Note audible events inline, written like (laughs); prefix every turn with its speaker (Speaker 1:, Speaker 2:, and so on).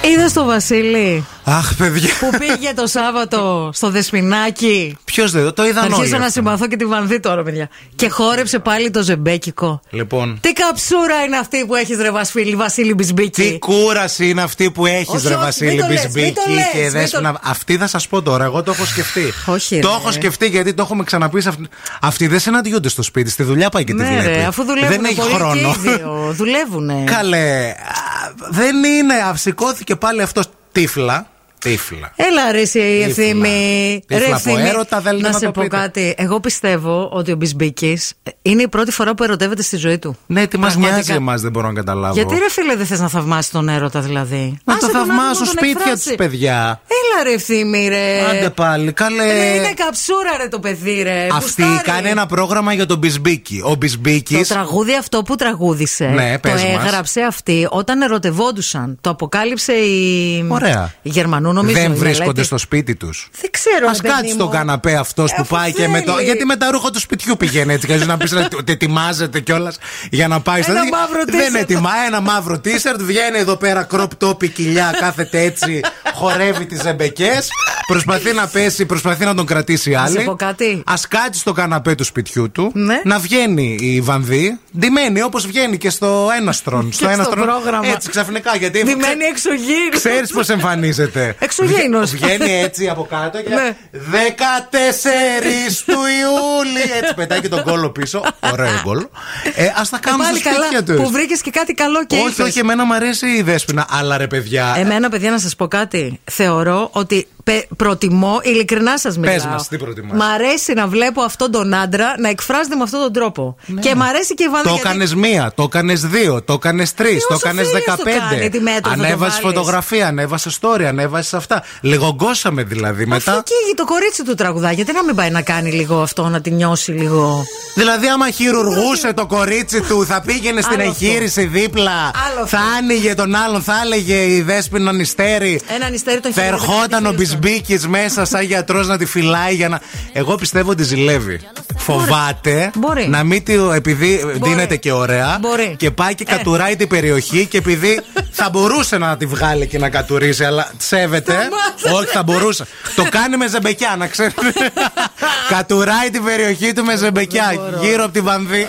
Speaker 1: Είδες το Βασίλη
Speaker 2: Αχ, παιδιά.
Speaker 1: που πήγε το Σάββατο στο Δεσπινάκι.
Speaker 2: Ποιος δεν το είδαν όλοι.
Speaker 1: Αρχίζω να
Speaker 2: αυτό.
Speaker 1: συμπαθώ και τη βανδύ τώρα, παιδιά. Και χόρεψε πάλι το ζεμπέκικο.
Speaker 2: Λοιπόν,
Speaker 1: Τι καψούρα είναι αυτή που έχεις ρε Βασίλη, Βασίλη
Speaker 2: τι
Speaker 1: Μπισμπίκη.
Speaker 2: κούραση είναι αυτή που έχεις,
Speaker 1: Ε. Όχι,
Speaker 2: Ρε
Speaker 1: όχι,
Speaker 2: Βασίλη
Speaker 1: μην το λες,
Speaker 2: Μπισμπίκη
Speaker 1: μην το λες,
Speaker 2: και
Speaker 1: μην το-
Speaker 2: Δέσποινα. Αυτή θα σας πω τώρα. Εγώ το έχω σκεφτεί.
Speaker 1: Όχι,
Speaker 2: το
Speaker 1: ρε.
Speaker 2: έχω σκεφτεί γιατί το έχουμε ξαναπεί. σε αυτή- Αυτοί δεν συναντιούνται στο σπίτι, στη δουλειά πάει και τη
Speaker 1: Ναι,
Speaker 2: βλέπει.
Speaker 1: ρε, αφού δουλεύουν
Speaker 2: δεν έχει
Speaker 1: πολύ
Speaker 2: χρόνο.
Speaker 1: και οι δύο. Δουλεύουνε.
Speaker 2: (laughs) Καλέ. α, Δεν είναι. α, Σηκώθηκε πάλι αυτός τύφλα. Τύφλα.
Speaker 1: Έλα ρε εσύ η ευθύμη.
Speaker 2: Τύφλα
Speaker 1: Ρε,
Speaker 2: από
Speaker 1: Ευθύμη,
Speaker 2: έρωτα, δεν λέτε
Speaker 1: να
Speaker 2: να
Speaker 1: σε
Speaker 2: το
Speaker 1: πω
Speaker 2: πείτε.
Speaker 1: κάτι. Εγώ πιστεύω ότι ο Μπισμπίκης είναι η πρώτη φορά που ερωτεύεται στη ζωή του.
Speaker 2: Ναι, τι μα
Speaker 1: Πραγματικά.
Speaker 2: νοιάζει εμάς, δεν μπορώ να καταλάβω.
Speaker 1: Γιατί ρε φίλε δεν θες να θαυμάσεις τον έρωτα δηλαδή.
Speaker 2: Να
Speaker 1: Άσε
Speaker 2: το
Speaker 1: τον
Speaker 2: θαυμάζω
Speaker 1: άνθρωπο να τον
Speaker 2: σπίτια
Speaker 1: εκφράσει.
Speaker 2: τους, παιδιά.
Speaker 1: Έλα ρε ευθύμη ρε.
Speaker 2: Άντε πάλι,
Speaker 1: Ρε,
Speaker 2: καλέ.
Speaker 1: είναι καψούρα ρε το παιδί ρε.
Speaker 2: Αυτή
Speaker 1: Γουστάρει.
Speaker 2: κάνει ένα πρόγραμμα για τον Μπισμπίκη. Ο
Speaker 1: Ε, Το
Speaker 2: Μπισμπίκη.
Speaker 1: τραγούδι αυτό που τραγούδισε
Speaker 2: Ναι,
Speaker 1: το
Speaker 2: πες μας.
Speaker 1: έγραψε αυτή όταν ερωτευόντουσαν. Το αποκάλυψε η.
Speaker 2: Ωραία.
Speaker 1: Η Γερμανού, νομίζω. η
Speaker 2: Δεν
Speaker 1: Μελέτη.
Speaker 2: βρίσκονται στο σπίτι τους.
Speaker 1: Δεν ξέρω.
Speaker 2: Ας
Speaker 1: ρε, παιδί
Speaker 2: κάτσει στον
Speaker 1: μου. Ε,
Speaker 2: καναπέ αυτός που
Speaker 1: αφού
Speaker 2: πάει και με το.
Speaker 1: θέλει.
Speaker 2: Γιατί με τα ρούχα του σπιτιού πηγαίνει έτσι. Και να πεις ότι ετοιμάζεται κιόλας για να πάει στο.
Speaker 1: Ένα
Speaker 2: τέτοιο.
Speaker 1: μαύρο
Speaker 2: Δεν
Speaker 1: t-shirt.
Speaker 2: ετοιμά. Ένα μαύρο τίσερτ. Βγαίνει εδώ πέρα crop top η κοιλιά. Κάθεται έτσι. Χορεύει τις ζεμπεκέ. Προσπαθεί να πέσει, προσπαθεί να τον κρατήσει
Speaker 1: Να σε
Speaker 2: άλλη.
Speaker 1: πω κάτι.
Speaker 2: Ας κάτσει στο καναπέ του σπιτιού του.
Speaker 1: Ναι.
Speaker 2: Να βγαίνει η Βανδύ. Ντυμένη όπως βγαίνει και στο Έναστρον.
Speaker 1: στο πρόγραμμα.
Speaker 2: Έτσι ξαφνικά γιατί.
Speaker 1: Διμένη εξωγήινη.
Speaker 2: Ξέρεις πώς εμφανίζεται.
Speaker 1: Εξωγήινος.
Speaker 2: Βγα- Βγαίνει έτσι από κάτω και.
Speaker 1: Ναι.
Speaker 2: 14 του Ιούλη! Έτσι πετάει και τον κόλλο πίσω. Ωραίο γκολ. Ε, Ας τα κάνουμε
Speaker 1: Πάλι
Speaker 2: στα σπίτια
Speaker 1: καλά που
Speaker 2: του.
Speaker 1: βρήκες και κάτι καλό και Ε,
Speaker 2: Όχι,
Speaker 1: ήρθες.
Speaker 2: όχι, εμένα μου αρέσει η δέσπινα. Αλλά ρε παιδιά.
Speaker 1: Εμένα, παιδιά, να σας πω κάτι. Θεωρώ ότι πε- προτιμώ, ειλικρινά σας μιλάω.
Speaker 2: μας, τι προτιμάς?
Speaker 1: Μ' αρέσει να βλέπω αυτόν τον άντρα να εκφράζεται με αυτόν τον τρόπο. Και μ' αρέσει και η Βανδύ.
Speaker 2: Ναι. Το
Speaker 1: γιατί-
Speaker 2: έκανες μία, το έκανες δύο, το έκανες τρεις,
Speaker 1: Τι
Speaker 2: το
Speaker 1: όσο
Speaker 2: έκανες
Speaker 1: θέλεις το κάνει, τι μέτρο
Speaker 2: δεκαπέντε.
Speaker 1: θα το
Speaker 2: Ανέβασες
Speaker 1: βάλεις.
Speaker 2: φωτογραφία, ανέβασες story, ανέβασες αυτά. Λιγογκώσαμε δηλαδή
Speaker 1: Αφού
Speaker 2: μετά.
Speaker 1: καίγει το κορίτσι του τραγουδά, γιατί να μην πάει να κάνει λίγο αυτό, να τη νιώσει λίγο.
Speaker 2: Δηλαδή, άμα χειρουργούσε το κορίτσι του, θα πήγαινε στην
Speaker 1: Άλλο αυτό.
Speaker 2: εγχείρηση δίπλα.
Speaker 1: Άλλο
Speaker 2: Θα
Speaker 1: αυτό.
Speaker 2: άνοιγε τον άλλον, θα έλεγε η δέσπινα νηστέρη.
Speaker 1: Έναν νηστέρι τον
Speaker 2: Θα
Speaker 1: χειρουργείο
Speaker 2: ερχόταν
Speaker 1: της
Speaker 2: ο
Speaker 1: Χίλτον.
Speaker 2: Μπισμπίκης μέσα σαν γιατρός να τη φυλάει για να. Εγώ πιστεύω ότι ζηλεύει. Φοβάται
Speaker 1: Μπορεί.
Speaker 2: να μην τη. επειδή
Speaker 1: Μπορεί.
Speaker 2: δίνεται και ωραία.
Speaker 1: Μπορεί.
Speaker 2: Και πάει και
Speaker 1: Ε.
Speaker 2: κατουράει την περιοχή και επειδή θα μπορούσε να τη βγάλει και να κατουρίσει, αλλά σέβεται.
Speaker 1: Σταμάτα.
Speaker 2: Όχι, θα μπορούσε. Το κάνει με ζεμπεκιά, να
Speaker 1: (laughs)
Speaker 2: ξέρετε. Κατουράει την περιοχή του με ζεμπεκιά γύρω από τη βανδύ.